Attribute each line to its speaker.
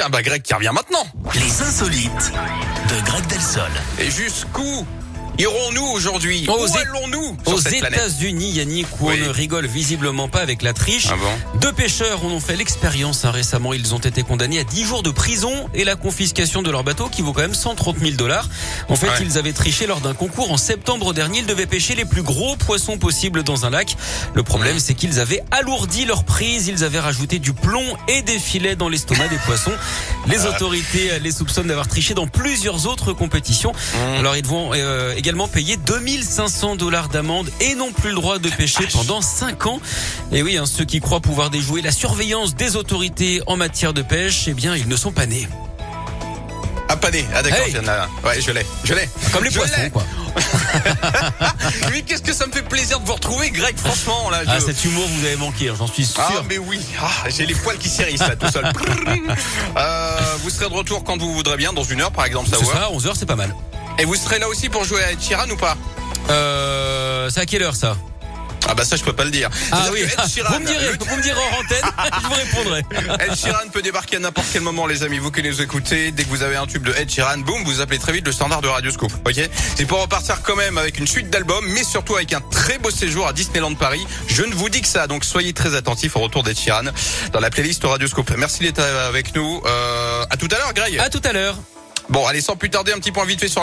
Speaker 1: Tiens, bah Greg qui revient maintenant.
Speaker 2: Les insolites de Greg Delsol.
Speaker 1: Et jusqu'où irons-nous aujourd'hui
Speaker 3: Aux
Speaker 1: Où
Speaker 3: Éta-
Speaker 1: allons-nous sur
Speaker 3: Aux
Speaker 1: cette planète
Speaker 3: États-Unis, Yannick, où
Speaker 1: Oui.
Speaker 3: on ne rigole visiblement pas avec la triche,
Speaker 1: Ah bon
Speaker 3: deux pêcheurs en ont fait l'expérience hein, récemment. Ils ont été condamnés à 10 jours de prison et la confiscation de leur bateau qui vaut quand même 130 000 dollars. En fait,
Speaker 1: Ouais.
Speaker 3: ils avaient triché lors d'un concours en septembre dernier. Ils devaient pêcher les plus gros poissons possibles dans un lac. Le problème, c'est qu'ils avaient alourdi leur prise. Ils avaient rajouté du plomb et des filets dans l'estomac des poissons. Les autorités euh, les soupçonnent d'avoir triché dans plusieurs autres compétitions. Alors ils vont euh, également payer 2500 dollars d'amende et n'ont plus le droit de pêcher pendant 5 ans. Et oui, hein, ceux qui croient pouvoir déjouer la surveillance des autorités en matière de pêche, eh bien ils ne sont pas nés.
Speaker 1: Ah, pané. Ah, d'accord,
Speaker 3: Hey.
Speaker 1: il y en a un. Ouais, je l'ai. Je l'ai.
Speaker 3: Comme les
Speaker 1: Je
Speaker 3: poissons
Speaker 1: l'ai.
Speaker 3: quoi.
Speaker 1: Oui, qu'est-ce que ça me fait plaisir de vous retrouver, Greg, franchement, là. Je...
Speaker 3: Ah cet humour vous avez manqué, hein, j'en suis sûr.
Speaker 1: Ah, mais oui, ah, j'ai les poils qui s'érissent là tout seul. Euh, vous serez de retour quand vous voudrez bien, dans une heure par exemple, ça
Speaker 3: Ce
Speaker 1: va.
Speaker 3: soir, 11h c'est pas mal.
Speaker 1: Et vous serez là aussi pour jouer à Ed Sheeran ou pas
Speaker 3: Euh, c'est à quelle heure ça
Speaker 1: Ah bah ça je peux pas le dire.
Speaker 3: Ah
Speaker 1: C'est-à-dire
Speaker 3: oui,
Speaker 1: que Ed Sheeran,
Speaker 3: vous me direz, vous me direz en antenne, je vous répondrai.
Speaker 1: Ed Sheeran peut débarquer à n'importe quel moment, les amis. Vous qui nous écoutez, dès que vous avez un tube de Ed Sheeran, boum, vous appelez très vite le standard de Radio Scoop. Ok C'est pour repartir quand même avec une suite d'albums, mais surtout avec un très beau séjour à Disneyland Paris. Je ne vous dis que ça, donc soyez très attentifs au retour d'Ed Sheeran dans la playlist Radio Scoop. Merci d'être avec nous. Euh, à tout à l'heure, Greg.
Speaker 3: À tout à l'heure.
Speaker 1: Bon, allez, sans plus tarder, un petit point vite fait sur